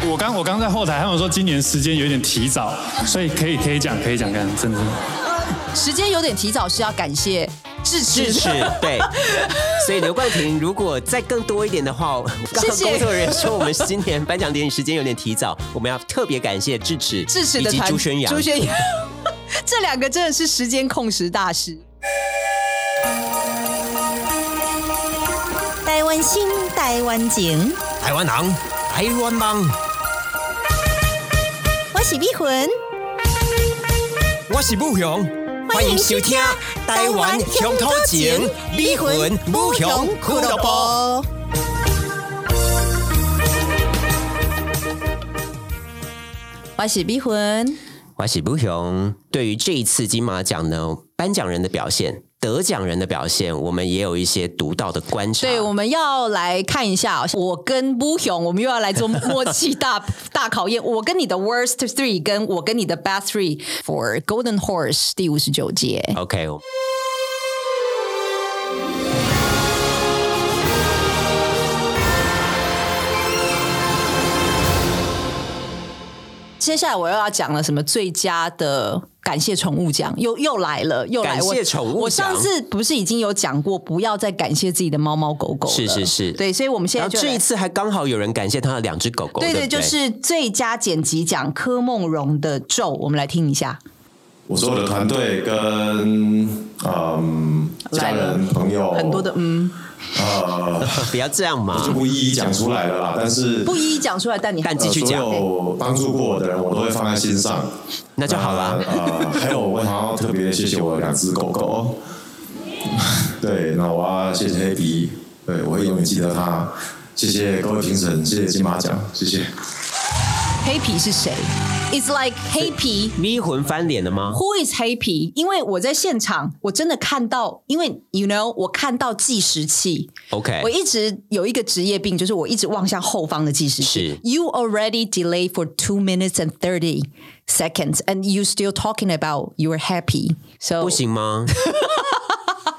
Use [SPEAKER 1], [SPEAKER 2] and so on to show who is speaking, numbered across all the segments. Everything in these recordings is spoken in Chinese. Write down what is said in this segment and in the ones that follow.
[SPEAKER 1] 我刚我刚在后台，他们说今年时间有点提早，所以可以可以讲可以讲，看真的。
[SPEAKER 2] 时间有点提早，是要感谢智齿。
[SPEAKER 3] 智齿对，所以刘冠廷如果再更多一点 的话，我刚刚
[SPEAKER 2] 谢谢
[SPEAKER 3] 工作人员说我们今年颁奖典礼时间有点提早，我们要特别感谢智齿、
[SPEAKER 2] 智齿
[SPEAKER 3] 以
[SPEAKER 2] 的
[SPEAKER 3] 及
[SPEAKER 2] 团
[SPEAKER 3] 朱宣阳
[SPEAKER 2] 朱。宣阳， 这两个真的是时间控时大师。
[SPEAKER 4] 台湾心，台湾情，
[SPEAKER 3] 台湾狼，台湾狼，
[SPEAKER 4] 我是碧魂，
[SPEAKER 3] 我是武雄，欢迎收听《台湾乡土情》，美魂武雄俱乐部。
[SPEAKER 4] 部。
[SPEAKER 2] 欢喜逼魂，
[SPEAKER 3] 我是不雄。对于这一次金马奖呢，颁奖人的表现、得奖人的表现，我们也有一些独到的观察。
[SPEAKER 2] 对，我们要来看一下哦，我跟布雄，我们又要来做默契大 大考验。我跟你的 worst three，跟我跟你的 best three for Golden Horse 第五十九届。
[SPEAKER 3] OK，
[SPEAKER 2] 接下来我又要讲了什么最佳的感谢宠物奖，又又来了，又来
[SPEAKER 3] 感谢宠物
[SPEAKER 2] 我。我
[SPEAKER 3] 奖
[SPEAKER 2] 上次不是已经有讲过，不要再感谢自己的猫猫狗狗了
[SPEAKER 3] 是是是
[SPEAKER 2] 对，所以我们现
[SPEAKER 3] 然
[SPEAKER 2] 在
[SPEAKER 3] 后
[SPEAKER 2] 就
[SPEAKER 3] 这
[SPEAKER 2] 来
[SPEAKER 3] 一次还刚好有人感谢他的两只狗狗，
[SPEAKER 2] 对
[SPEAKER 3] 对
[SPEAKER 2] 对，
[SPEAKER 3] 不对，
[SPEAKER 2] 就是最佳剪辑奖柯梦荣的《咒》，我们来听一下。
[SPEAKER 5] 我所有的团队跟嗯
[SPEAKER 2] 来
[SPEAKER 5] 家
[SPEAKER 2] 了
[SPEAKER 5] 人朋友
[SPEAKER 2] 很多的嗯，
[SPEAKER 5] 呃，
[SPEAKER 3] 哦不要这样
[SPEAKER 5] 我就
[SPEAKER 3] 嘛。
[SPEAKER 5] 不一一讲出来了啦。但是
[SPEAKER 2] 不一一讲出来，但你
[SPEAKER 3] 但
[SPEAKER 5] 呃
[SPEAKER 3] 继续讲
[SPEAKER 5] 所有帮助过我的人，我都会放在心上。
[SPEAKER 3] 那就好啦
[SPEAKER 5] 呃，还有我想要特别谢谢我的两只狗狗。对，那我要谢谢黑皮，对我会永远记得他。谢谢各位评审，谢谢金马奖，谢谢。
[SPEAKER 2] 黑皮是谁？It's like 黑皮。
[SPEAKER 3] 迷魂翻脸了吗？
[SPEAKER 2] Who is happy？因为我在现场，我真的看到，因为 you know，我看到计时器
[SPEAKER 3] OK
[SPEAKER 2] 我一直有一个职业病，就是我一直望向后方的计时器
[SPEAKER 3] 是。
[SPEAKER 2] You already delayed for two minutes and thirty seconds, and you still talking about you're happy. So
[SPEAKER 3] 不 行吗？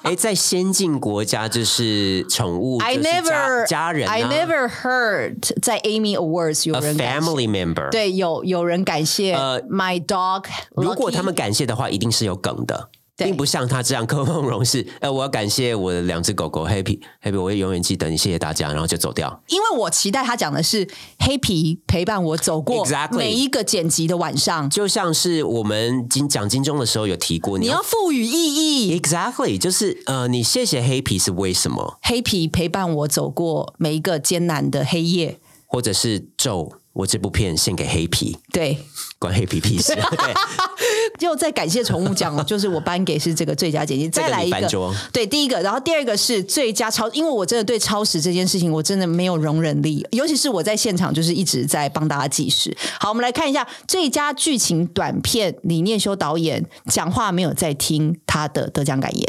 [SPEAKER 3] 哎，在先进国家就是宠物
[SPEAKER 2] I
[SPEAKER 3] 就是家
[SPEAKER 2] never
[SPEAKER 3] 家人啊
[SPEAKER 2] I never heard 在 Amy Awards 有
[SPEAKER 3] a
[SPEAKER 2] 人感谢
[SPEAKER 3] family member。，
[SPEAKER 2] 对有有人感谢
[SPEAKER 3] 呃
[SPEAKER 2] My dog。
[SPEAKER 3] 如果他们感谢的话，一定是有梗的。
[SPEAKER 2] 对
[SPEAKER 3] 并不像他这样，柯梦荣是， 呃，我要感谢我的两只狗狗 Happy Happy，我会永远记得你，谢谢大家，然后就走掉。
[SPEAKER 2] 因为我期待他讲的是黑皮陪伴我走过
[SPEAKER 3] Exactly
[SPEAKER 2] 每一个剪辑的晚上，
[SPEAKER 3] 就像是我们金讲金钟的时候有提过，
[SPEAKER 2] 你要赋予意义。
[SPEAKER 3] exactly 就是呃，你谢谢黑皮是为什么，
[SPEAKER 2] 黑皮陪伴我走过每一个艰难的黑夜，
[SPEAKER 3] 或者是咒，我这部片献给黑皮，
[SPEAKER 2] 对，
[SPEAKER 3] 关黑皮 屁事。对，
[SPEAKER 2] 又在感谢宠物奖哦，就是我颁给是这个最佳剪辑，
[SPEAKER 3] 这 个
[SPEAKER 2] 再来一
[SPEAKER 3] 你
[SPEAKER 2] 个
[SPEAKER 3] 翻桌，
[SPEAKER 2] 对，第一个，然后第二个是最佳超，因为我真的对超时这件事情我真的没有容忍力，尤其是我在现场就是一直在帮大家计时。好，我们来看一下最佳剧情短片，李念修导演讲话没有在听他的得奖感言。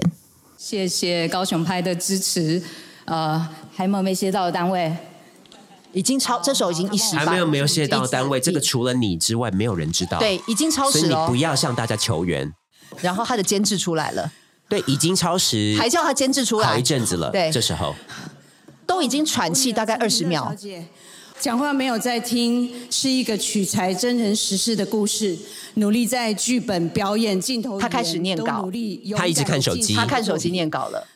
[SPEAKER 6] 谢谢高雄拍的支持，呃，还没有没谢到的单位，
[SPEAKER 2] 已经
[SPEAKER 3] 哦
[SPEAKER 2] 超，这首已经一时
[SPEAKER 3] 还
[SPEAKER 2] 半
[SPEAKER 3] 没有没有谢到单位，这个除了你之外没有人知道。
[SPEAKER 2] 对，，已经超
[SPEAKER 3] 所以
[SPEAKER 2] 时
[SPEAKER 3] 你
[SPEAKER 2] 了
[SPEAKER 3] 不
[SPEAKER 2] 哦。
[SPEAKER 3] 要向大家求援。
[SPEAKER 2] 然后他的监制出来了，
[SPEAKER 3] 对，已经超时
[SPEAKER 2] 还叫他监制出
[SPEAKER 3] 好
[SPEAKER 2] 来
[SPEAKER 3] 一，阵子了，
[SPEAKER 2] 对
[SPEAKER 3] 这时候
[SPEAKER 2] 都已经喘气大概二十秒
[SPEAKER 7] 小。姐，讲话没有在听，是一个取材真人实事的故事，努力在剧本、表演、镜头语言，
[SPEAKER 2] 他开始念稿
[SPEAKER 7] 都努力勇敢
[SPEAKER 3] 他一直看手机
[SPEAKER 7] 进
[SPEAKER 2] 他看手机念稿了，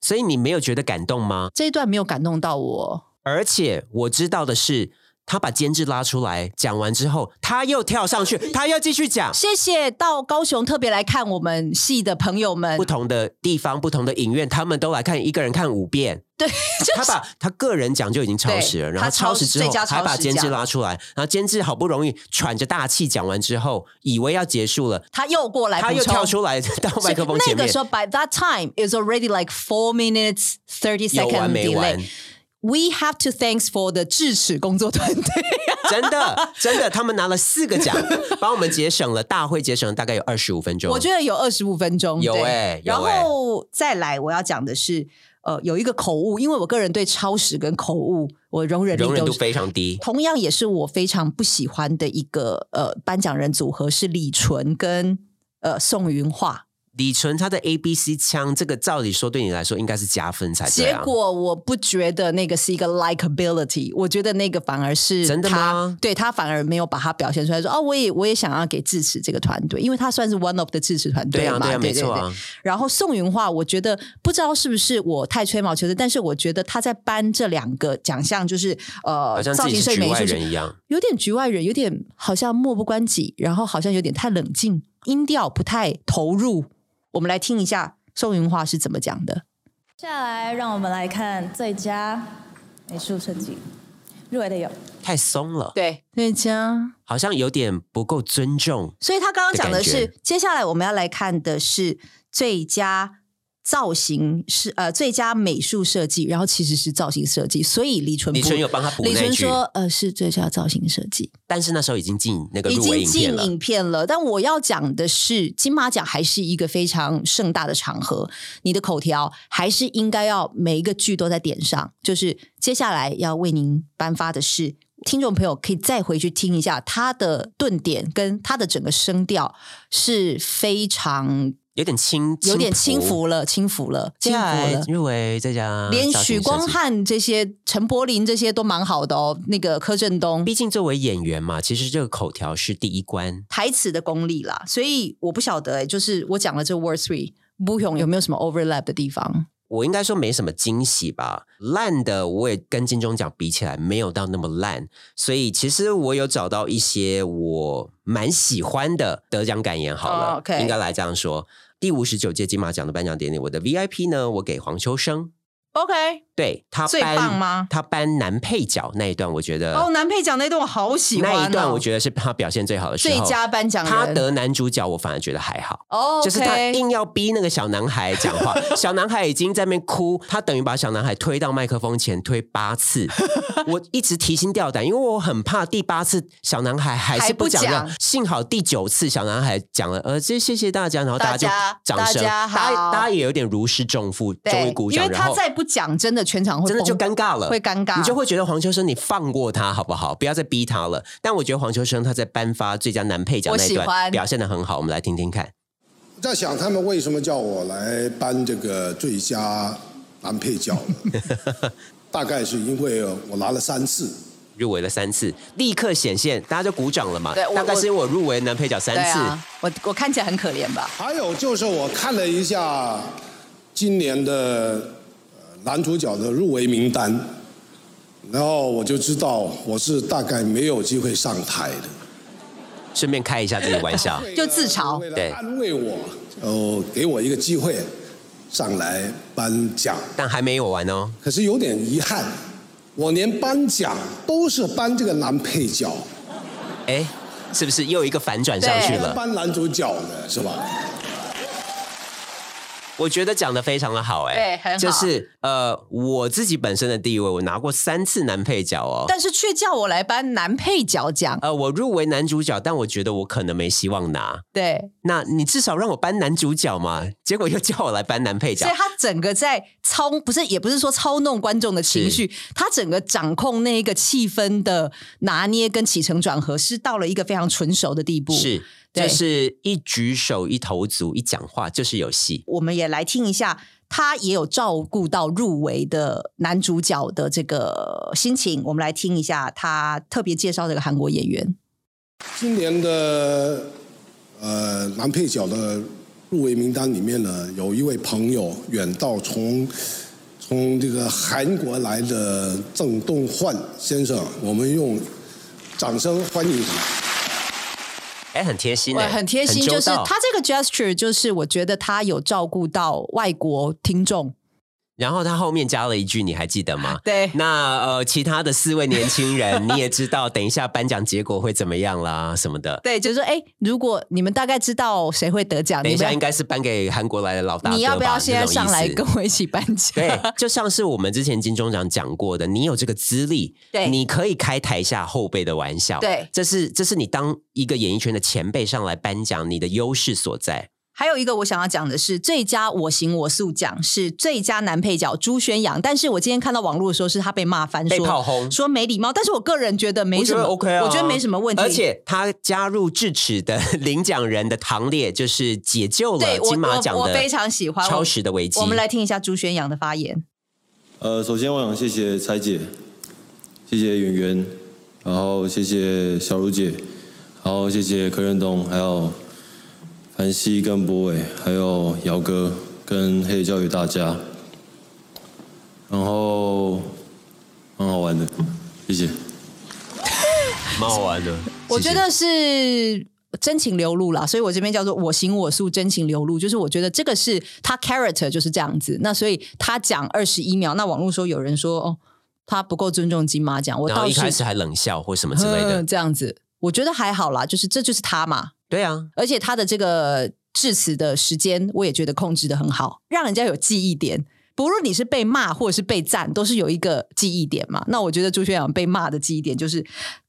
[SPEAKER 3] 所以你没有觉得感动吗？
[SPEAKER 2] 这一段没有感动到我。
[SPEAKER 3] 而且我知道的是，他把监制拉出来，讲完之后，他又跳上去，他又继续讲。
[SPEAKER 2] 谢谢到高雄特别来看我们戏的朋友们
[SPEAKER 3] 不，同的地方、不同的影院，他们都来看，一个人看五遍。
[SPEAKER 2] 对，就
[SPEAKER 3] 他
[SPEAKER 2] 是
[SPEAKER 3] 把他个人讲就已经超时了，
[SPEAKER 2] 对
[SPEAKER 3] 然后
[SPEAKER 2] 他超
[SPEAKER 3] 超时之后
[SPEAKER 2] 最佳超时
[SPEAKER 3] 还把监制
[SPEAKER 2] 奖
[SPEAKER 3] 拉出来，然后监制好不容易喘着大气讲完之后，以为要结束了，
[SPEAKER 2] 他又过来补
[SPEAKER 3] 他
[SPEAKER 2] 充，
[SPEAKER 3] 又跳出来 到麦克风
[SPEAKER 2] 所以那
[SPEAKER 3] 前面
[SPEAKER 2] 个时，候，by that time is already like four minutes thirty
[SPEAKER 3] 有
[SPEAKER 2] second
[SPEAKER 3] 完没完
[SPEAKER 2] delay。？We have to thanks for the 智齿工作团队。
[SPEAKER 3] 真的，真的，他们拿了四个奖，帮我们节省了大会节省了大概有二十五分钟。
[SPEAKER 2] 我觉得有二十五分钟，
[SPEAKER 3] 有
[SPEAKER 2] 对
[SPEAKER 3] 欸有
[SPEAKER 2] 然后再来我要讲的是，呃，有一个口误，因为我个人对超时跟口误我容忍力
[SPEAKER 3] 容忍
[SPEAKER 2] 都
[SPEAKER 3] 度
[SPEAKER 2] 是
[SPEAKER 3] 非常低。
[SPEAKER 2] 同样也是我非常不喜欢的一个呃颁奖人组合是李纯跟呃宋云桦。
[SPEAKER 3] 李纯他的 A B C 腔，这个照理说对你来说应该是加分才对
[SPEAKER 2] 结
[SPEAKER 3] 啊。
[SPEAKER 2] 果我不觉得那个是一个 likability，我觉得那个反而是
[SPEAKER 3] 真的
[SPEAKER 2] 他
[SPEAKER 3] 吗
[SPEAKER 2] 对他反而没有把它表现出来说，哦，我也我也想要给智齿这个团队，因为他算是 one of 的智齿团队
[SPEAKER 3] 对啊
[SPEAKER 2] 嘛，
[SPEAKER 3] 对啊
[SPEAKER 2] 对
[SPEAKER 3] 没错啊
[SPEAKER 2] 对然后宋云画，我觉得不知道是不是我太吹毛求疵，但是我觉得他在颁这两个奖项，就是呃
[SPEAKER 3] 好像
[SPEAKER 2] 造
[SPEAKER 3] 自己
[SPEAKER 2] 型
[SPEAKER 3] 是
[SPEAKER 2] 设计
[SPEAKER 3] 局
[SPEAKER 2] 美
[SPEAKER 3] 外
[SPEAKER 2] 术
[SPEAKER 3] 人
[SPEAKER 2] 是
[SPEAKER 3] 一样，
[SPEAKER 2] 有点局外人，有点好像漠不关己，然后好像有点太冷静，音调不太投入。我们来听一下宋云画是怎么讲的。
[SPEAKER 8] 接下来，让我们来看最佳美术设计入围的有
[SPEAKER 3] 太松了，
[SPEAKER 2] 对，对家
[SPEAKER 3] 好像有点不够尊重。
[SPEAKER 2] 所以他刚刚讲的
[SPEAKER 3] 的
[SPEAKER 2] 是
[SPEAKER 3] 感，
[SPEAKER 2] 接下来我们要来看的是最佳造型是呃最佳美术设计，然后其实是造型设计，所以李纯不
[SPEAKER 3] 李纯有帮他补那
[SPEAKER 2] 李
[SPEAKER 3] 一
[SPEAKER 2] 纯
[SPEAKER 3] 句
[SPEAKER 2] 说呃是最佳造型设计，
[SPEAKER 3] 但是那时候已经进那个
[SPEAKER 2] 已
[SPEAKER 3] 入
[SPEAKER 2] 经
[SPEAKER 3] 围影片
[SPEAKER 2] 进
[SPEAKER 3] 了，
[SPEAKER 2] 影片了。但我要讲的是，金马奖还是一个非常盛大的场合，你的口条还是应该要每一个剧都在点上。就是接下来要为您颁发的是，听众朋友可以再回去听一下他的顿点跟他的整个声调是非常
[SPEAKER 3] 有点轻，
[SPEAKER 2] 有点轻
[SPEAKER 3] 浮。
[SPEAKER 2] 浮了，轻浮了，
[SPEAKER 3] 接
[SPEAKER 2] 轻
[SPEAKER 3] 下
[SPEAKER 2] 浮
[SPEAKER 3] 来
[SPEAKER 2] 了。
[SPEAKER 3] 入围再加
[SPEAKER 2] 连
[SPEAKER 3] 造型
[SPEAKER 2] 许
[SPEAKER 3] 设计
[SPEAKER 2] 光，汉这些、陈柏霖这些都蛮好的哦。那个柯震东，
[SPEAKER 3] 毕竟作为演员嘛，其实这个口条是第一关。
[SPEAKER 2] 台词的功力啦，所以我不晓得、欸，就是我讲了这 word three，不勇有没有什么 overlap 的地方？
[SPEAKER 3] 我应该说没什么惊喜吧，烂的我也跟金钟奖比起来没有到那么烂，所以其实我有找到一些我蛮喜欢的得奖感言。好了、
[SPEAKER 2] 哦，OK
[SPEAKER 3] 应该来这样说：第五十九届金马奖的颁奖典礼，我的 VIP 呢，我给黄秋生，
[SPEAKER 2] OK，
[SPEAKER 3] 对他
[SPEAKER 2] 最
[SPEAKER 3] 颁
[SPEAKER 2] 棒吗
[SPEAKER 3] 他颁男配角那一段，我觉得
[SPEAKER 2] 哦，男配奖那一段我好喜欢、哦，
[SPEAKER 3] 那一段我觉得是他表现最好的时候。
[SPEAKER 2] 最佳颁奖人
[SPEAKER 3] 他得男主角，我反而觉得还好。
[SPEAKER 2] 哦，
[SPEAKER 3] 就是他硬要逼那个小男孩 讲话，小男孩已经在那边哭，他等于把小男孩推到麦克风前推八次。我一直提心吊胆，因为我很怕第八次小男孩还
[SPEAKER 2] 还
[SPEAKER 3] 是
[SPEAKER 2] 不
[SPEAKER 3] 不讲
[SPEAKER 2] 讲
[SPEAKER 3] 量。幸好第九次小男孩讲了，呃，这谢谢大家，然后大家就
[SPEAKER 2] 大
[SPEAKER 3] 掌
[SPEAKER 2] 家
[SPEAKER 3] 声，
[SPEAKER 2] 大家好
[SPEAKER 3] 大家也有点如释重负，终于
[SPEAKER 2] 对
[SPEAKER 3] 鼓，
[SPEAKER 2] 因
[SPEAKER 3] 掌，
[SPEAKER 2] 为
[SPEAKER 3] 然
[SPEAKER 2] 他
[SPEAKER 3] 后
[SPEAKER 2] 再不讲，真的全场会
[SPEAKER 3] 真的就
[SPEAKER 2] 崩
[SPEAKER 3] 尴尬了，
[SPEAKER 2] 会尴尬
[SPEAKER 3] 你就会觉得黄秋生，你放过他好不好？不要再逼他了。但我觉得黄秋生他在颁发最佳男配角
[SPEAKER 2] 我
[SPEAKER 3] 那一
[SPEAKER 2] 喜
[SPEAKER 3] 段
[SPEAKER 2] 欢
[SPEAKER 3] 表现的很好，我们来听听看。
[SPEAKER 9] 我在想他们为什么叫我来颁这个最佳男配角呢？大概是因为我拿了三次，
[SPEAKER 3] 入围了三次，立刻显现，大家就鼓掌了嘛。
[SPEAKER 2] 对我
[SPEAKER 3] 大概是因为我入围男配角三
[SPEAKER 2] 对
[SPEAKER 3] 次，
[SPEAKER 2] 啊，我我看起来很可怜吧？
[SPEAKER 9] 还有就是我看了一下今年的呃男主角的入围名单，然后我就知道我是大概没有机会上台的。
[SPEAKER 3] 顺便开一下自己玩 笑。
[SPEAKER 2] 啊就自嘲
[SPEAKER 9] 为了
[SPEAKER 3] 对
[SPEAKER 9] 安慰我，哦，给我一个机会上来颁奖。
[SPEAKER 3] 但还没有完哦，
[SPEAKER 9] 可是有点遗憾，我连颁奖都是颁这个男配角，
[SPEAKER 3] 哎，是不是又一个反转上去
[SPEAKER 2] 对
[SPEAKER 3] 了？
[SPEAKER 9] 颁男主角呢，是吧？
[SPEAKER 3] 我觉得讲的非常的好、哎，
[SPEAKER 2] 对很好
[SPEAKER 3] 就是呃，我自己本身的地位，我拿过三次男配角哦。
[SPEAKER 2] 但是却叫我来颁男配角奖，
[SPEAKER 3] 呃，我入围男主角，但我觉得我可能没希望拿。
[SPEAKER 2] 对，
[SPEAKER 3] 那你至少让我颁男主角嘛，结果又叫我来颁男配角
[SPEAKER 2] 所以，他整个在操，不是也不是说操弄观众的情绪，他整个掌控那一个气氛的拿捏跟起承转合，是到了一个非常纯熟的地步。，
[SPEAKER 3] 是
[SPEAKER 2] 对
[SPEAKER 3] 就是一举手一投足一讲话就是有戏。
[SPEAKER 2] 我们也来听一下，他也有照顾到入围的男主角的这个心情。我们来听一下他特别介绍这个韩国演员，
[SPEAKER 9] 今年的呃男配角的入围名单里面呢，有一位朋友远道从从这个韩国来的郑东焕先生，我们用掌声欢迎他。
[SPEAKER 3] 哎，很贴心、哎，
[SPEAKER 2] 很贴心，
[SPEAKER 3] 很
[SPEAKER 2] 就
[SPEAKER 3] 周
[SPEAKER 2] 是
[SPEAKER 3] 到
[SPEAKER 2] 他这个 gesture，就是我觉得他有照顾到外国听众。
[SPEAKER 3] 然后他后面加了一句，你还记得吗？
[SPEAKER 2] 对
[SPEAKER 3] 那呃，其他的四位年轻人，你也知道，等一下颁奖结果会怎么样啦，什么的。
[SPEAKER 2] 对，就是说，哎，如果你们大概知道谁会得奖，
[SPEAKER 3] 等一
[SPEAKER 2] 你们
[SPEAKER 3] 下应该是颁给韩国来的老大哥吧
[SPEAKER 2] 你要不要现在上来
[SPEAKER 3] 那种
[SPEAKER 2] 跟
[SPEAKER 3] 意思
[SPEAKER 2] 我一起颁奖？
[SPEAKER 3] 对，就像是我们之前金钟奖讲过的，你有这个资历，
[SPEAKER 2] 对
[SPEAKER 3] 你可以开台下后辈的玩笑，
[SPEAKER 2] 对
[SPEAKER 3] 这是这是你当一个演艺圈的前辈上来颁奖，你的优势所在。
[SPEAKER 2] 还有一个我想要讲的是，最佳我行我素奖是最佳男配角朱宣阳，但是我今天看到网络的时候是他被骂翻说，
[SPEAKER 3] 被炮轰
[SPEAKER 2] 说没礼貌，但是我个人觉得没什么
[SPEAKER 3] 我觉得 OK 啊，
[SPEAKER 2] 我觉得没什么问题，
[SPEAKER 3] 而且他加入智齿的领奖人的行列，就是解救
[SPEAKER 2] 对
[SPEAKER 3] 了
[SPEAKER 2] 我
[SPEAKER 3] 金马奖
[SPEAKER 2] 我我
[SPEAKER 3] 的
[SPEAKER 2] 非常喜欢我
[SPEAKER 3] 超时的危机。
[SPEAKER 2] 我们来听一下朱宣阳的发言。
[SPEAKER 10] 呃，首先我想谢谢蔡姐，谢谢圆圆，然后谢谢小茹姐，然后谢谢柯震东，还有凡西跟博伟，还有姚哥跟黑教育大家，然后蛮好玩的，谢谢。
[SPEAKER 3] 蛮好玩的，
[SPEAKER 2] 我觉得是真情流露啦，所以我这边叫做我行我素，真情流露，就是我觉得这个是他 character 就是这样子。那所以他讲二十一秒，那网络说有人说哦，他不够尊重金马奖，我
[SPEAKER 3] 然后
[SPEAKER 2] 倒
[SPEAKER 3] 一
[SPEAKER 2] 是
[SPEAKER 3] 开始还冷笑或什么之类的
[SPEAKER 2] 嗯，这样子，我觉得还好啦，就是这就是他嘛，
[SPEAKER 3] 对啊，
[SPEAKER 2] 而且他的这个致辞的时间，我也觉得控制的很好，让人家有记忆点。不论你是被骂或者是被赞，都是有一个记忆点嘛。那我觉得朱轩阳被骂的记忆点就是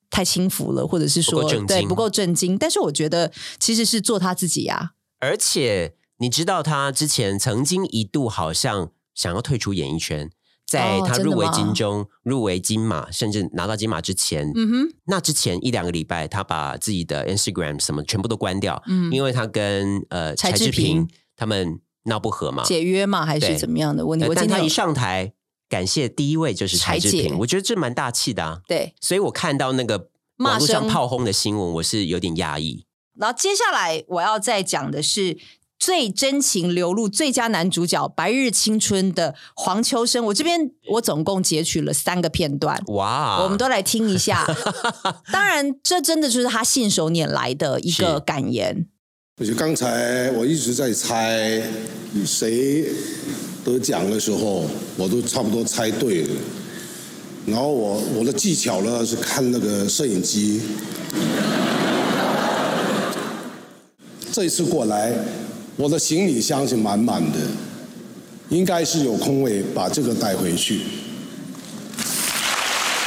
[SPEAKER 2] 太轻浮了，或者是说
[SPEAKER 3] 不够震惊
[SPEAKER 2] 对不够震惊。但是我觉得其实是做他自己啊呀、
[SPEAKER 3] 而且你知道，他之前曾经一度好像想要退出演艺圈，在
[SPEAKER 2] 哦
[SPEAKER 3] 他
[SPEAKER 2] 真的
[SPEAKER 3] 入围
[SPEAKER 2] 吗
[SPEAKER 3] 金钟、入围金马，甚至拿到金马之前，
[SPEAKER 2] 嗯哼，
[SPEAKER 3] 那之前一两个礼拜，他把自己的 Instagram 什么全部都关掉，
[SPEAKER 2] 嗯
[SPEAKER 3] 因为他跟呃
[SPEAKER 2] 柴
[SPEAKER 3] 柴
[SPEAKER 2] 智
[SPEAKER 3] 智
[SPEAKER 2] 屏
[SPEAKER 3] 屏他们闹不和嘛，
[SPEAKER 2] 解约嘛还是
[SPEAKER 3] 啊对
[SPEAKER 2] 怎么样的问题？
[SPEAKER 3] 呃
[SPEAKER 2] 我
[SPEAKER 3] 但
[SPEAKER 2] 今
[SPEAKER 3] 他
[SPEAKER 2] 天
[SPEAKER 3] 一
[SPEAKER 2] 有
[SPEAKER 3] 上台，感谢第一位就是柴智
[SPEAKER 2] 柴姐
[SPEAKER 3] 屏，我觉得这蛮大气的啊。
[SPEAKER 2] 对，
[SPEAKER 3] 所以我看到那个
[SPEAKER 2] 骂
[SPEAKER 3] 网络上
[SPEAKER 2] 声
[SPEAKER 3] 炮轰的新闻，我是有点压抑。
[SPEAKER 2] 然后接下来我要再讲的是最真情流露最佳男主角《白日青春》的黄秋生。我这边我总共截取了三个片段。
[SPEAKER 3] 哇，
[SPEAKER 2] 我们都来听一下， 当然，这真的就是他信手拈来的一个感言。
[SPEAKER 9] 我就刚才我一直在猜谁得奖的时候，我都差不多猜对了。然后我我的技巧呢是看那个摄影机。这一次过来，我的行李箱是满满的，应该是有空位把这个带回去。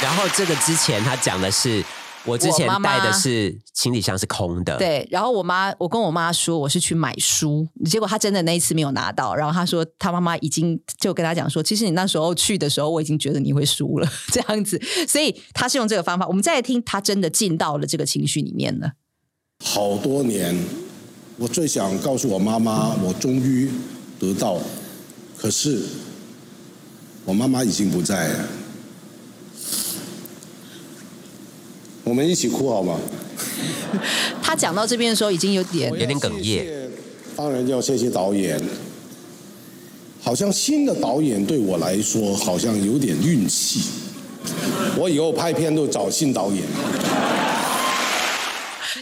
[SPEAKER 3] 然后这个之前他讲的是，我之前
[SPEAKER 2] 我妈妈
[SPEAKER 3] 带的是行李箱是空的，，
[SPEAKER 2] 对，然后我妈，我跟我妈说我是去买书，结果她真的那一次没有拿到。然后她说，她妈妈已经就跟她讲说，其实你那时候去的时候，我已经觉得你会输了 这样子，所以她是用这个方法。我们再来听，她真的进到了这个情绪里面了。
[SPEAKER 9] 好多年，我最想告诉我妈妈，我终于得到，可是我妈妈已经不在了。我们一起哭好吗？
[SPEAKER 2] 她讲到这边的时候，已经有点
[SPEAKER 9] 有点哽咽。当然要谢谢导演。好像新的导演对我来说好像有点运气，我以后拍片都找新导演。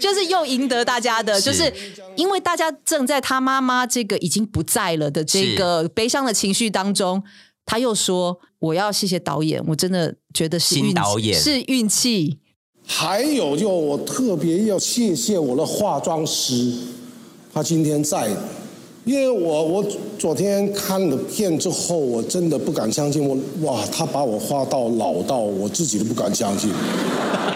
[SPEAKER 2] 就是又赢得大家的，就是因为大家正在他妈妈这个已经不在了的这个悲伤的情绪当中，他又说：“我要谢谢导演，我真的觉得是
[SPEAKER 3] 新
[SPEAKER 2] 运
[SPEAKER 3] 导演
[SPEAKER 2] 是运气。
[SPEAKER 9] 还有就我特别要谢谢我的化妆师，他今天在，因为我我昨天看了片之后，我真的不敢相信我哇，他把我画到老到我自己都不敢相信。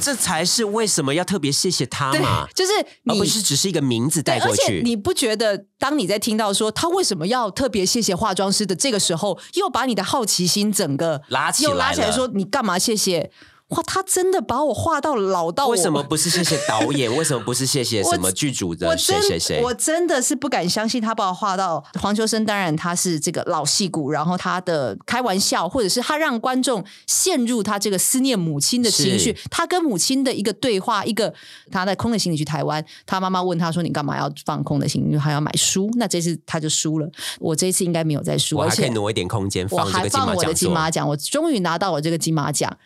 [SPEAKER 3] 这才是为什么要特别谢谢他嘛，
[SPEAKER 2] 对就是你
[SPEAKER 3] 而哦不是只是一个名字”带
[SPEAKER 2] 而
[SPEAKER 3] 过
[SPEAKER 2] 且
[SPEAKER 3] 去。
[SPEAKER 2] 你不觉得，当你在听到说他为什么要特别谢谢化妆师的这个时候，又把你的好奇心整个
[SPEAKER 3] 拉起来
[SPEAKER 2] 又拉起来
[SPEAKER 3] 了
[SPEAKER 2] 说你干嘛谢谢？哇，他真的把我画到老到我
[SPEAKER 3] 为什么不是谢谢导演？为什么不是谢谢
[SPEAKER 2] 我
[SPEAKER 3] 什么剧组
[SPEAKER 2] 我
[SPEAKER 3] 的谁
[SPEAKER 2] 真
[SPEAKER 3] 谁谁？
[SPEAKER 2] 我真的是不敢相信他把我画到黄秋生。当然，他是这个老戏骨，然后他的开玩笑，或者是他让观众陷入他这个思念母亲的情绪
[SPEAKER 3] 是，
[SPEAKER 2] 他跟母亲的一个对话，一个他在空的行李去台湾，他妈妈问他说：“你干嘛要放空的行李？还要买书？”那这次他就输了。我这一次应该没有再输，
[SPEAKER 3] 我
[SPEAKER 2] 而
[SPEAKER 3] 还可以
[SPEAKER 2] 且
[SPEAKER 3] 挪一点空间
[SPEAKER 2] 我
[SPEAKER 3] 放这
[SPEAKER 2] 还
[SPEAKER 3] 个金
[SPEAKER 2] 放
[SPEAKER 3] 马
[SPEAKER 2] 我的
[SPEAKER 3] 奖
[SPEAKER 2] 金
[SPEAKER 3] 座。
[SPEAKER 2] 马奖，我终于拿到我这个金马奖，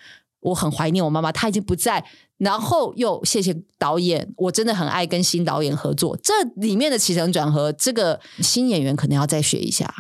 [SPEAKER 2] 我很怀念我妈妈，她已经不在。然后又谢谢导演，我真的很爱跟新导演合作。这里面的起承转合，这个新演员可能要再学一下。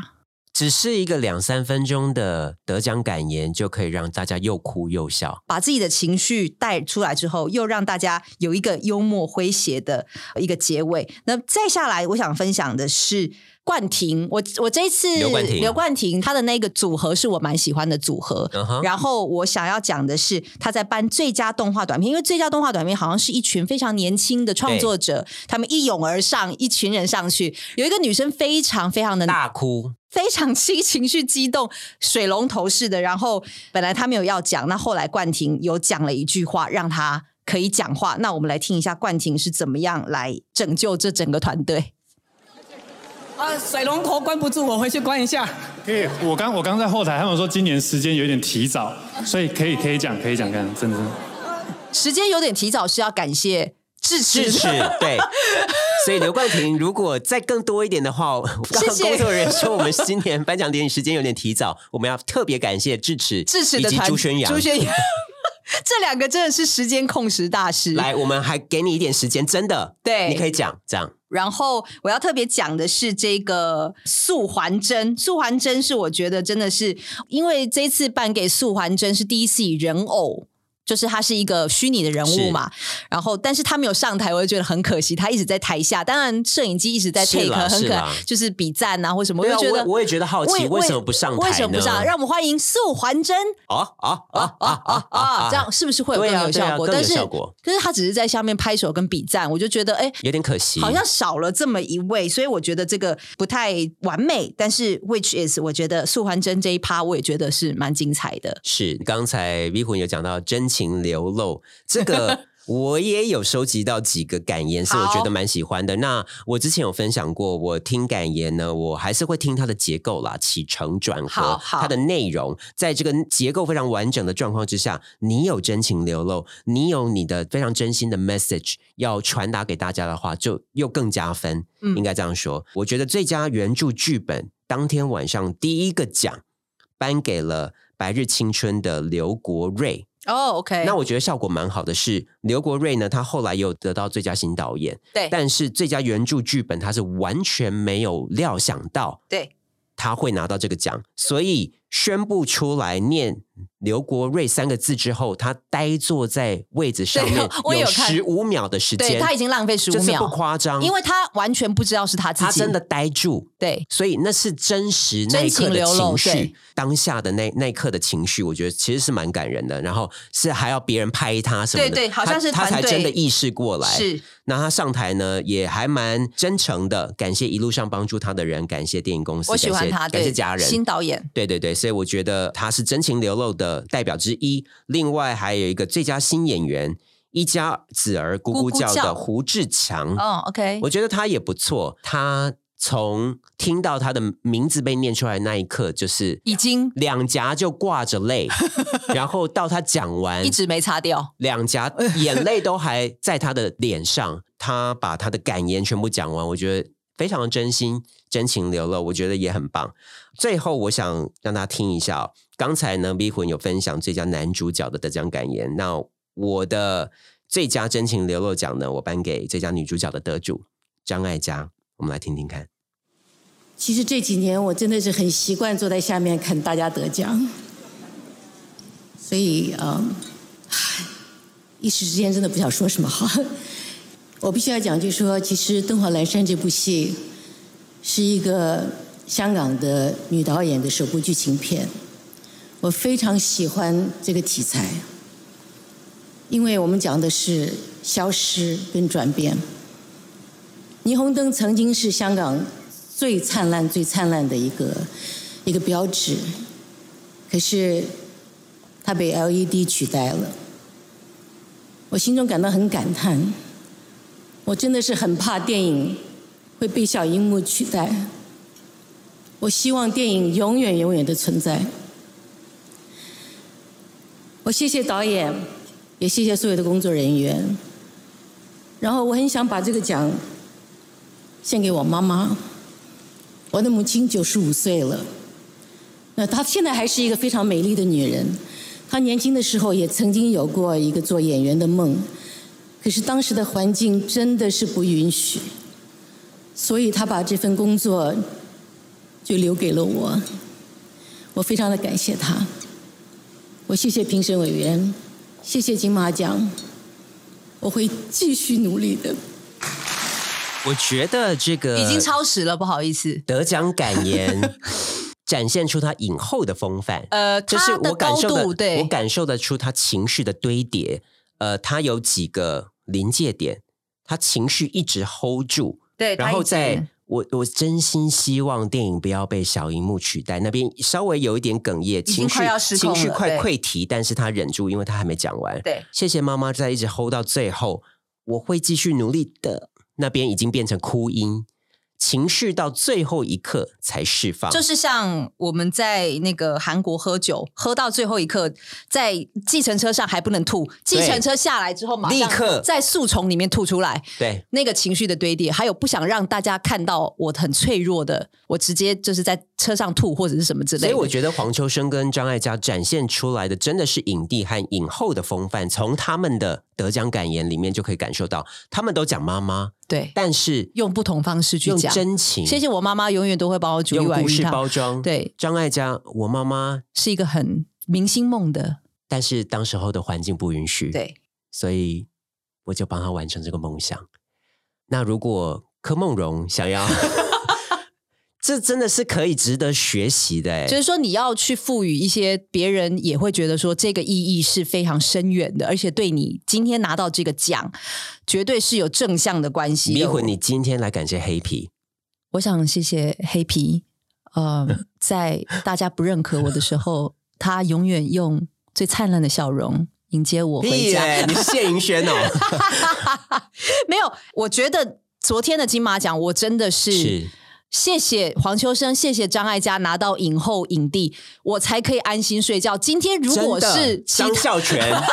[SPEAKER 3] 只是一个两三分钟的得奖感言，就可以让大家又哭又笑。
[SPEAKER 2] 把自己的情绪带出来之后，又让大家有一个幽默诙谐的一个结尾。那再下来，我想分享的是冠廷，我我这一次
[SPEAKER 3] 刘冠廷
[SPEAKER 2] 冠廷他的那个组合是我蛮喜欢的组合。
[SPEAKER 3] 嗯哼
[SPEAKER 2] 然后我想要讲的是，他在颁最佳动画短片，因为最佳动画短片好像是一群非常年轻的创作者，他们一涌而上，一群人上去，有一个女生非常非常的
[SPEAKER 3] 大哭，
[SPEAKER 2] 非常激情绪激动、水龙头似的。然后本来他没有要讲，那后来冠廷有讲了一句话，让他可以讲话。那我们来听一下冠廷是怎么样来拯救这整个团队。
[SPEAKER 11] 啊，水龙头关不住，我回去关一下。
[SPEAKER 12] 可以，我刚我刚在后台，他们说今年时间有点提早，所以可以可以讲可以讲，看真的是。
[SPEAKER 2] 时间有点提早，是要感谢智齿
[SPEAKER 3] 智齿对。所以刘冠廷，如果再更多一点 的话，我刚刚
[SPEAKER 2] 谢谢
[SPEAKER 3] 工作人员说我们今年颁奖典礼时间有点提早，我们要特别感谢智齿、
[SPEAKER 2] 智齿
[SPEAKER 3] 以
[SPEAKER 2] 的
[SPEAKER 3] 及
[SPEAKER 2] 团
[SPEAKER 3] 朱宣阳。
[SPEAKER 2] 朱宣阳， 这两个真的是时间控时大师。
[SPEAKER 3] 来，我们还给你一点时间，真的，
[SPEAKER 2] 对
[SPEAKER 3] 你可以讲这样。
[SPEAKER 2] 然后我要特别讲的是这个素还真，素还真是我觉得真的是，因为这次颁给素还真是第一次以人偶。就是他是一个虚拟的人物嘛，然后但是他没有上台，我就觉得很可惜。他一直在台下，当然摄影机一直在
[SPEAKER 3] 是
[SPEAKER 2] take，
[SPEAKER 3] 啦
[SPEAKER 2] 很
[SPEAKER 3] 是
[SPEAKER 2] 可
[SPEAKER 3] 啦
[SPEAKER 2] 就是比赞啊或什么，
[SPEAKER 3] 对啊
[SPEAKER 2] 就觉得
[SPEAKER 3] 我我也觉得好奇
[SPEAKER 2] 我也我也
[SPEAKER 3] 为什么不上台
[SPEAKER 2] 为什么不
[SPEAKER 3] 呢
[SPEAKER 2] 上？让我们欢迎素还真。
[SPEAKER 3] 哦哦哦哦哦
[SPEAKER 2] 啊，这样是不是会有更
[SPEAKER 3] 对啊
[SPEAKER 2] 有
[SPEAKER 3] 对啊
[SPEAKER 2] 效果？
[SPEAKER 3] 更有
[SPEAKER 2] 但是
[SPEAKER 3] 效果，
[SPEAKER 2] 可是他只是在下面拍手跟比赞，我就觉得哎，
[SPEAKER 3] 有点可惜
[SPEAKER 2] 好像少了这么一位，所以我觉得这个不太完美。但是 which is 我觉得素还真这一趴，我也觉得是蛮精彩的。
[SPEAKER 3] 是，刚才 V 魂有讲到真情流露，这个我也有收集到几个 感言，是我觉
[SPEAKER 2] 好
[SPEAKER 3] 得蛮喜欢的。那我之前有分享过，我听感言呢，我还是会听它的结构啦，起承转
[SPEAKER 2] 好
[SPEAKER 3] 合，
[SPEAKER 2] 好
[SPEAKER 3] 它的内容，在这个结构非常完整的状况之下，你有真情流露，你有你的非常真心的 message 要传达给大家的话，就又更加分。
[SPEAKER 1] 嗯
[SPEAKER 3] 应该这样说，我觉得最佳原著剧本当天晚上第一个奖。颁给了《白日青春》的刘国瑞。
[SPEAKER 2] 哦，OK、o k
[SPEAKER 3] 那我觉得效果蛮好的是，刘国瑞呢，他后来有得到最佳新导演，
[SPEAKER 2] 对
[SPEAKER 3] 但是最佳原著剧本他是完全没有料想到
[SPEAKER 2] 对
[SPEAKER 3] 他会拿到这个奖，所以宣布出来念刘国瑞三个字之后，他呆坐在位子上面
[SPEAKER 2] 对我有看
[SPEAKER 3] 十五秒的时间，
[SPEAKER 2] 对他已经浪费15
[SPEAKER 3] 这是
[SPEAKER 2] 秒
[SPEAKER 3] 不夸张，
[SPEAKER 2] 因为他完全不知道嗯是他自己，
[SPEAKER 3] 他真的呆住，
[SPEAKER 2] 对，
[SPEAKER 3] 所以那是真实那一
[SPEAKER 2] 真
[SPEAKER 3] 刻的
[SPEAKER 2] 情流露
[SPEAKER 3] 情
[SPEAKER 2] 对
[SPEAKER 3] 绪，当下的那那一刻的情绪，我觉得其实是蛮感人的。然后是还要别人拍他什么的，
[SPEAKER 2] 对对好像是
[SPEAKER 3] 他他才
[SPEAKER 2] 团队
[SPEAKER 3] 真的意识过来。
[SPEAKER 2] 是，
[SPEAKER 3] 那他上台呢也还蛮真诚的，感谢一路上帮助他的人，感谢电影公司，
[SPEAKER 2] 我喜欢
[SPEAKER 3] 感谢
[SPEAKER 2] 他，
[SPEAKER 3] 感
[SPEAKER 2] 对，
[SPEAKER 3] 谢家人，
[SPEAKER 2] 新导演。
[SPEAKER 3] 对对对，所以我觉得他是真情流露的代表之一。另外还有一个最佳新演员，一家子儿咕
[SPEAKER 2] 咕
[SPEAKER 3] 咕
[SPEAKER 2] 咕
[SPEAKER 3] 叫
[SPEAKER 2] 叫
[SPEAKER 3] 的胡志强。
[SPEAKER 2] 哦，OK
[SPEAKER 3] 我觉得他也不错。他从听到他的名字被念出来那一刻，就是
[SPEAKER 2] 已经
[SPEAKER 3] 两颊就挂着 泪，然后到他讲完，
[SPEAKER 2] 一直没擦掉，
[SPEAKER 3] 两颊眼泪都还在他的脸上。他把他的感言全部讲完，我觉得非常真心、真情流露，我觉得也很棒。最后，我想让大家听一下、哦，刚才呢，V 魂有分享最佳男主角的得奖感言。那我的最佳真情流露奖呢，我颁给最佳女主角的得主张艾嘉。我们来听听看。
[SPEAKER 11] 其实这几年我真的是很习惯坐在下面看大家得奖，所以嗯，一时之间真的不想说什么好。 我必须要讲，就是说，其实《灯火阑珊》这部戏是一个香港的女导演的首部剧情片，我非常喜欢这个题材，因为我们讲的是消失跟转变。霓虹灯曾经是香港最灿烂、最灿烂的一个一个标志，可是它被 LED 取代了。我心中感到很感叹，我真的是很怕电影会被小荧幕取代。我希望电影永远永远的存在。我谢谢导演，也谢谢所有的工作人员。然后我很想把这个奖献给我妈妈。我的母亲九十五岁了，那她现在还是一个非常美丽的女人。她年轻的时候也曾经有过一个做演员的梦，可是当时的环境真的是不允许，所以她把这份工作就留给了我。我非常的感谢她，我谢谢评审委员，谢谢金马奖，我会继续努力的。
[SPEAKER 3] 我觉得这个
[SPEAKER 2] 已经超时了，不好意思。
[SPEAKER 3] 得奖 感言展现出他影后的风范。
[SPEAKER 2] 呃
[SPEAKER 3] 就是
[SPEAKER 2] 他的
[SPEAKER 3] 我感受
[SPEAKER 2] 高
[SPEAKER 3] 的，
[SPEAKER 2] 度对
[SPEAKER 3] 我感受得出他情绪的堆叠。呃，他有几个临界点，他情绪一直 hold 住。
[SPEAKER 2] 对他
[SPEAKER 3] 然后
[SPEAKER 2] 一直
[SPEAKER 3] 在我我真心希望电影不要被小荧幕取代，那边稍微有一点哽咽，
[SPEAKER 2] 经
[SPEAKER 3] 情绪
[SPEAKER 2] 快要失控
[SPEAKER 3] 情绪
[SPEAKER 2] 了
[SPEAKER 3] 快
[SPEAKER 2] 对
[SPEAKER 3] 溃堤，但是他忍住，因为他还没讲完。
[SPEAKER 2] 对，
[SPEAKER 3] 谢谢妈妈在一直 hold 到最后，我会继续努力的。那边已经变成哭音，情绪到最后一刻才释放，
[SPEAKER 2] 就是像我们在那个韩国喝酒，喝到最后一刻，在计程车上还不能吐，计程车下来之后马上
[SPEAKER 3] 立刻
[SPEAKER 2] 在树丛里面吐出来，
[SPEAKER 3] 对
[SPEAKER 2] 那个情绪的堆叠，还有不想让大家看到我很脆弱的，我直接就是在车上吐或者是什么之类的。
[SPEAKER 3] 所以我觉得黄秋生跟张艾嘉展现出来的真的是影帝和影后的风范，从他们的得奖感言里面就可以感受到，他们都讲妈妈，
[SPEAKER 2] 对，
[SPEAKER 3] 但是
[SPEAKER 2] 用不同方式去
[SPEAKER 3] 用
[SPEAKER 2] 讲
[SPEAKER 3] 真情，
[SPEAKER 2] 谢谢我妈妈，永远都会帮我煮一
[SPEAKER 3] 用
[SPEAKER 2] 碗
[SPEAKER 3] 故
[SPEAKER 2] 鱼
[SPEAKER 3] 事
[SPEAKER 2] 汤。
[SPEAKER 3] 包装。
[SPEAKER 2] 对，
[SPEAKER 3] 张艾嘉，我妈妈
[SPEAKER 2] 是一个很明星梦的，
[SPEAKER 3] 但是当时候的环境不允许，
[SPEAKER 2] 对，
[SPEAKER 3] 所以我就帮她完成这个梦想。那如果柯梦荣 想要，这真的是可以值得学习的、欸，
[SPEAKER 2] 就是说你要去赋予一些别人也会觉得说这个意义是非常深远的，而且对你今天拿到这个奖，绝对是有正向的关系的。
[SPEAKER 3] 迷魂，你今天来感谢黑皮，
[SPEAKER 2] 我想谢谢黑皮， 呃，在大家不认可我的时候，他永远用最灿烂的笑容迎接我回家。
[SPEAKER 3] 屁欸你是谢盈萱哦。
[SPEAKER 2] 没有，我觉得昨天的金马奖，我真的是。
[SPEAKER 3] 是
[SPEAKER 2] 谢谢黄秋生，谢谢张艾嘉拿到影后影帝，我才可以安心睡觉。今天如果
[SPEAKER 3] 真的
[SPEAKER 2] 是其他
[SPEAKER 3] 张孝全
[SPEAKER 2] 我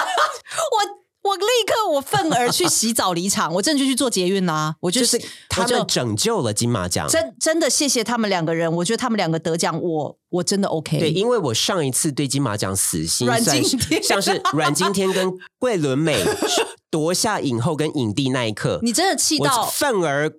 [SPEAKER 2] 我立刻我愤而去洗澡离场，我真的就去做捷运啦、啊我就
[SPEAKER 3] 就是他
[SPEAKER 2] 我就
[SPEAKER 3] 们拯救了金马奖，
[SPEAKER 2] 真真的谢谢他们两个人，我觉得他们两个得奖，我我真的 OK。
[SPEAKER 3] 对，因为我上一次对金马奖死心，
[SPEAKER 2] 阮
[SPEAKER 3] 算
[SPEAKER 2] 经
[SPEAKER 3] 是
[SPEAKER 2] 哎天
[SPEAKER 3] 像是阮经天跟桂 纶镁夺下影后跟影帝那一刻，
[SPEAKER 2] 你真的气
[SPEAKER 3] 我
[SPEAKER 2] 到
[SPEAKER 3] 愤而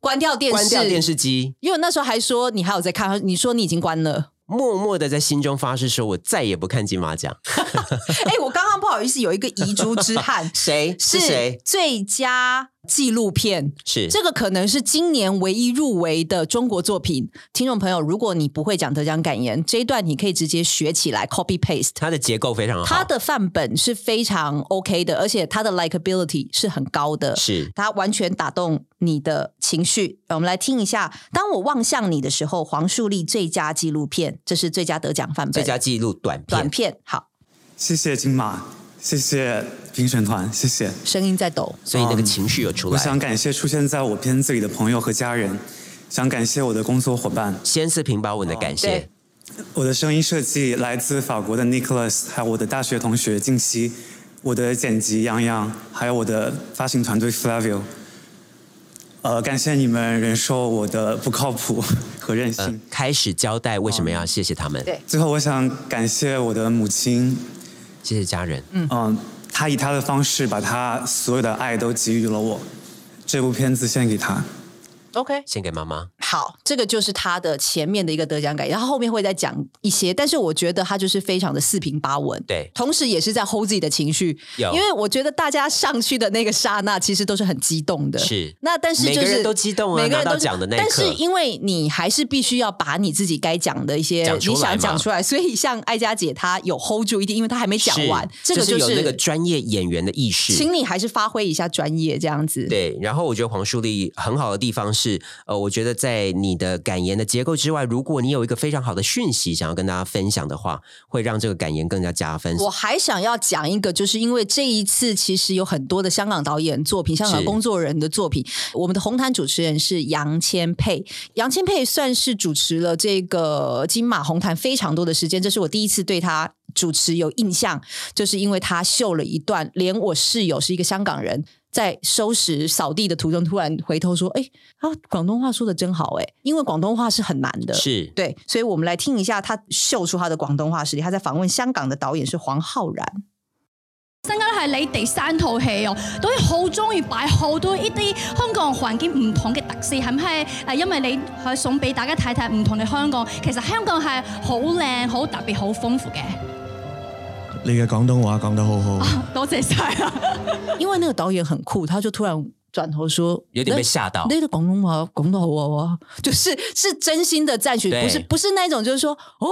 [SPEAKER 2] 关掉电视，
[SPEAKER 3] 关掉电视机，
[SPEAKER 2] 因为我那时候还说你还有在看，你说你已经关 了。
[SPEAKER 3] 默默的在心中发誓说，我再也不看金马奖。，
[SPEAKER 2] 哎、我刚刚不好意思，有一个遗珠之憾
[SPEAKER 3] 谁是谁？
[SPEAKER 2] 最佳纪录片。
[SPEAKER 3] 是
[SPEAKER 2] 这个可能是今年唯一入围的中国作品。听众朋友，如果你不会讲得奖感言，这一段你可以直接学起来，copy paste。
[SPEAKER 3] 它的结构非常
[SPEAKER 2] 它
[SPEAKER 3] 好，
[SPEAKER 2] 的范本是非常 OK 的，而且它的 likability 是很高的，
[SPEAKER 3] 是
[SPEAKER 2] 它完全打动你的情绪。呃我们来听一下，当我望向你的时候，黄树立最佳纪录片，这是最佳得奖范本，
[SPEAKER 3] 最佳纪录短片。
[SPEAKER 2] 短片。好，
[SPEAKER 1] 谢谢金马，谢谢评审团，谢谢。
[SPEAKER 2] 声音在抖，
[SPEAKER 3] 所以那个情绪有出来
[SPEAKER 1] 哦我想感谢出现在我片子里的朋友和家人，想感谢我的工作伙伴。
[SPEAKER 3] 先是平白文
[SPEAKER 1] 哦
[SPEAKER 3] 的感谢，
[SPEAKER 1] 我的声音设计来自法国的 Nicholas，还有我的大学同学静熙，我的剪辑洋洋，还有我的发行团队 Flavio。呃，感谢你们忍受我的不靠谱 和任性。
[SPEAKER 3] 呃开始交代为
[SPEAKER 1] 哦
[SPEAKER 3] 什么要谢谢他们，
[SPEAKER 1] 最后，我想感谢我的母亲，
[SPEAKER 3] 谢谢家人。
[SPEAKER 1] 嗯她以她的方式把她所有的爱都给予了我。这部片子献给她。
[SPEAKER 2] OK，
[SPEAKER 3] 献给妈妈。
[SPEAKER 2] 好，这个就是他的前面的一个得奖感言，然后后面会再讲一些，但是我觉得他就是非常的四平八稳，
[SPEAKER 3] 对
[SPEAKER 2] 同时也是在 hold 自己的情绪，
[SPEAKER 3] 有
[SPEAKER 2] 因为我觉得大家上去的那个刹那，其实都是很激动的，
[SPEAKER 3] 是
[SPEAKER 2] 那但是就是
[SPEAKER 3] 每个人都激动啊
[SPEAKER 2] 每个人
[SPEAKER 3] 拿
[SPEAKER 2] 都
[SPEAKER 3] 到
[SPEAKER 2] 是
[SPEAKER 3] 奖的那一
[SPEAKER 2] 但
[SPEAKER 3] 刻
[SPEAKER 2] 是因为你还是必须要把你自己该讲的一些
[SPEAKER 3] 讲出
[SPEAKER 2] 你
[SPEAKER 3] 来
[SPEAKER 2] 想
[SPEAKER 3] 嘛
[SPEAKER 2] 讲出来，所以像艾佳姐她有 hold 住一点，因为她还没讲
[SPEAKER 3] 是
[SPEAKER 2] 完，这个
[SPEAKER 3] 就是有那个专业演员的意识，
[SPEAKER 2] 请你还是发挥一下专业这样子，
[SPEAKER 3] 对，然后我觉得黄树立很好的地方是，呃，我觉得在你的感言的结构之外，如果你有一个非常好的讯息想要跟大家分享的话，会让这个感言更加加分。
[SPEAKER 2] 我还想要讲一个，就是因为这一次其实有很多的香港导演作品、香港
[SPEAKER 3] 是
[SPEAKER 2] 工作人的作品。我们的红毯主持人是杨千霈，杨千霈算是主持了这个金马红毯非常多的时间，这是我第一次对他主持有印象，就是因为他秀了一段，连我室友是一个香港人。在收拾扫地的途中，突然回头说：“哎、啊，广东话说的真好哎、因为广东话是很难的。”
[SPEAKER 3] 是
[SPEAKER 2] 对，所以我们来听一下他秀出他的广东话实力。他在访问香港的导演是黄浩然。
[SPEAKER 13] 新家係你第三套戲哦，都好中意擺好多一啲香港環境唔同嘅特色，係咪？係誒，因為你可以送俾大家睇睇唔同嘅香港，其實香港係好靚、好特別、好豐富嘅。
[SPEAKER 14] 你嘅廣東話講得好好，
[SPEAKER 13] 多謝晒啊！
[SPEAKER 2] 因为那个导演很酷，他就突然转头说，
[SPEAKER 3] 有点被吓到
[SPEAKER 2] 那那个广东话广东话哇，就是 是真心的赞许，
[SPEAKER 3] 对
[SPEAKER 2] 不是不是那种就是说哦，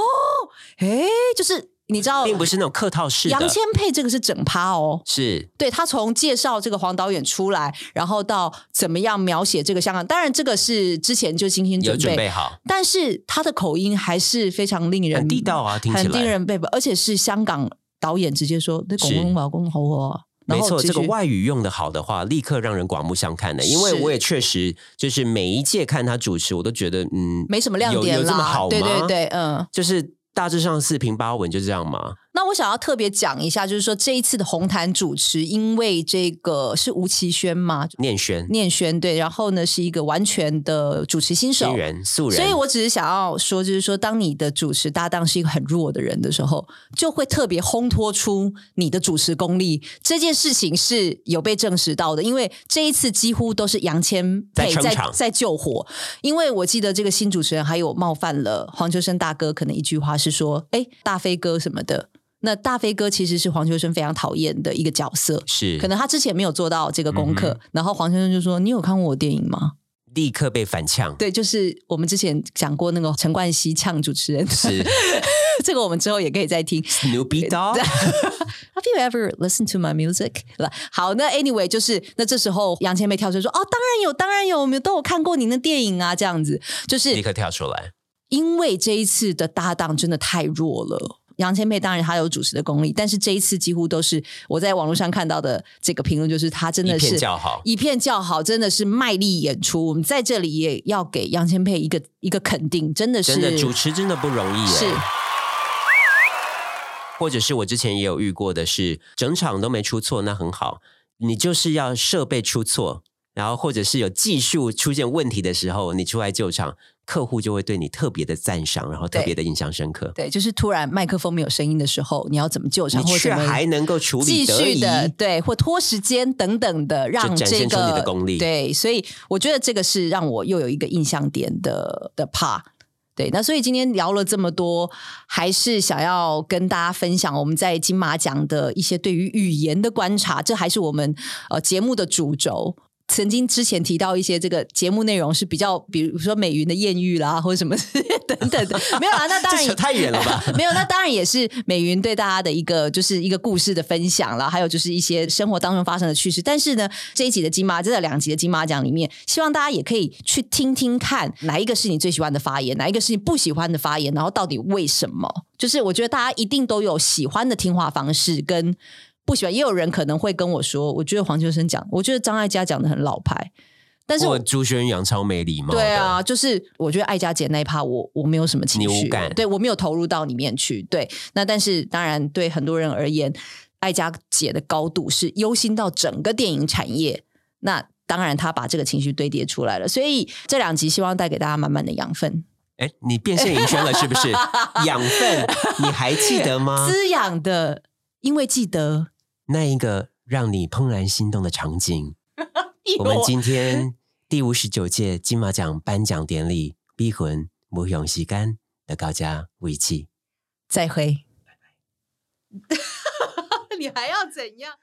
[SPEAKER 2] 哎，就是你知道，
[SPEAKER 3] 并不是那种客套式的。
[SPEAKER 2] 杨千霈这个是整趴哦，
[SPEAKER 3] 是
[SPEAKER 2] 对他从介绍这个黄导演出来，然后到怎么样描写这个香港，当然这个是之前就精心准
[SPEAKER 3] 有
[SPEAKER 2] 备
[SPEAKER 3] 准备好，
[SPEAKER 2] 但是他的口音还是非常令人
[SPEAKER 3] 很地道啊听起来
[SPEAKER 2] 很令人佩服，而且是香港导演直接说：“那广东老公好哦。”然
[SPEAKER 3] 没
[SPEAKER 2] 后
[SPEAKER 3] 错，
[SPEAKER 2] 继续
[SPEAKER 3] 这个外语用的好的话，立刻让人刮目相看的。因为
[SPEAKER 2] 是
[SPEAKER 3] 我也确实就是每一届看他主持，我都觉得嗯，
[SPEAKER 2] 没什么亮点
[SPEAKER 3] 有有这么
[SPEAKER 2] 啦
[SPEAKER 3] 好吗？
[SPEAKER 2] 对对对嗯，
[SPEAKER 3] 就是大致上四平八稳就这样嘛。
[SPEAKER 2] 那我想要特别讲一下，就是说这一次的红毯主持，因为这个是吴奇轩吗？
[SPEAKER 3] 念轩，
[SPEAKER 2] 念轩对，然后呢是一个完全的主持新手，
[SPEAKER 3] 新人素人
[SPEAKER 2] 所以我只是想要说，就是说，当你的主持搭档是一个很弱的人的时候，就会特别烘托出你的主持功力。这件事情是有被证实到的，因为这一次几乎都是杨千
[SPEAKER 3] 在
[SPEAKER 2] 霈
[SPEAKER 3] 撑
[SPEAKER 2] 在
[SPEAKER 3] 场
[SPEAKER 2] 在救火，因为我记得这个新主持人还有冒犯了黄秋生大哥，可能一句话是说：“哎，大飞哥什么的。”那大飞哥其实是黄秋生非常讨厌的一个角色，
[SPEAKER 3] 是嗯
[SPEAKER 2] 可能他之前没有做到这个功课，然后黄秋生就说：“你有看过我电影吗？”
[SPEAKER 3] 立刻被反呛。
[SPEAKER 2] 对，就是我们之前讲过那个陈冠希呛主持人，
[SPEAKER 3] 是
[SPEAKER 2] 这个我们之后也可以再听。
[SPEAKER 3] 牛逼 刀，
[SPEAKER 2] Have you ever listened to my music？好，那 anyway，就是那这时候杨千霈跳出来说：“哦，当然有，当然有，我们都有看过您的电影啊。”这样子，就是
[SPEAKER 3] 立刻跳出来。
[SPEAKER 2] 因为这一次的搭档真的太弱了。杨千霈当然她有主持的功力，但是这一次几乎都是我在网络上看到的这个评论，就是她真的是
[SPEAKER 3] 一片叫好
[SPEAKER 2] 一片叫好，真的是卖力演出。我们在这里也要给杨千霈一个一个肯定，真的是
[SPEAKER 3] 真的主持真的不容易耶。
[SPEAKER 2] 是
[SPEAKER 3] 或者是我之前也有遇过的是，整场都没出错，那很好。你就是要设备出错，然后或者是有技术出现问题的时候，你出来救场，客户就会对你特别的赞赏，然后特别的印象深刻。
[SPEAKER 2] 对，就是突然麦克风没有声音的时候，你要怎么救场，
[SPEAKER 3] 你
[SPEAKER 2] 或
[SPEAKER 3] 却
[SPEAKER 2] 者怎么
[SPEAKER 3] 还能够处理
[SPEAKER 2] 继
[SPEAKER 3] 得
[SPEAKER 2] 续
[SPEAKER 3] 宜，
[SPEAKER 2] 的对，或拖时间等等的，让
[SPEAKER 3] 展
[SPEAKER 2] 这
[SPEAKER 3] 现出
[SPEAKER 2] 个
[SPEAKER 3] 你的功力
[SPEAKER 2] 对，所以我觉得这个是让我又有一个印象点的的 part。对，那所以今天聊了这么多，还是想要跟大家分享我们在金马奖的一些对于语言的观察，这还是我们呃节目的主轴。曾经之前提到一些这个节目内容是比较，比如说美云的艳遇啦，或者什么 等等的，没有啦，那当然
[SPEAKER 3] 这扯太远了吧
[SPEAKER 2] 没有，那当然也是美云对大家的一个就是一个故事的分享啦，还有就是一些生活当中发生的趣事。但是呢，这一集的金马，这两集的金马奖里面，希望大家也可以去听听看，哪一个是你最喜欢的发言，哪一个是你不喜欢的发言，然后到底为什么？就是我觉得大家一定都有喜欢的听话方式跟。不喜欢，也有人可能会跟我说，我觉得黄秋生讲，我觉得张艾嘉讲的很老牌， 但是我
[SPEAKER 3] 或朱轩杨超没礼貌。
[SPEAKER 2] 对，啊，就是我觉得艾佳姐那一趴，我我没有什么情
[SPEAKER 3] 你
[SPEAKER 2] 绪
[SPEAKER 3] 无感，
[SPEAKER 2] 对我没有投入到里面去。对，那但是当然对很多人而言，艾佳姐的高度是忧心到整个电影产业。那当然，她把这个情绪堆叠出来了，所以这两集希望带给大家满满的养分，
[SPEAKER 3] 哎，你变现银圈了是不是？养分，你还记得吗？
[SPEAKER 2] 滋养的，因为记得。
[SPEAKER 3] 那一个让你怦然心动的场景。
[SPEAKER 2] 哎
[SPEAKER 3] 我们今天第五十九届金马奖颁奖典礼，逼魂无勇时间的高家维记。
[SPEAKER 2] 再会，你还要怎样？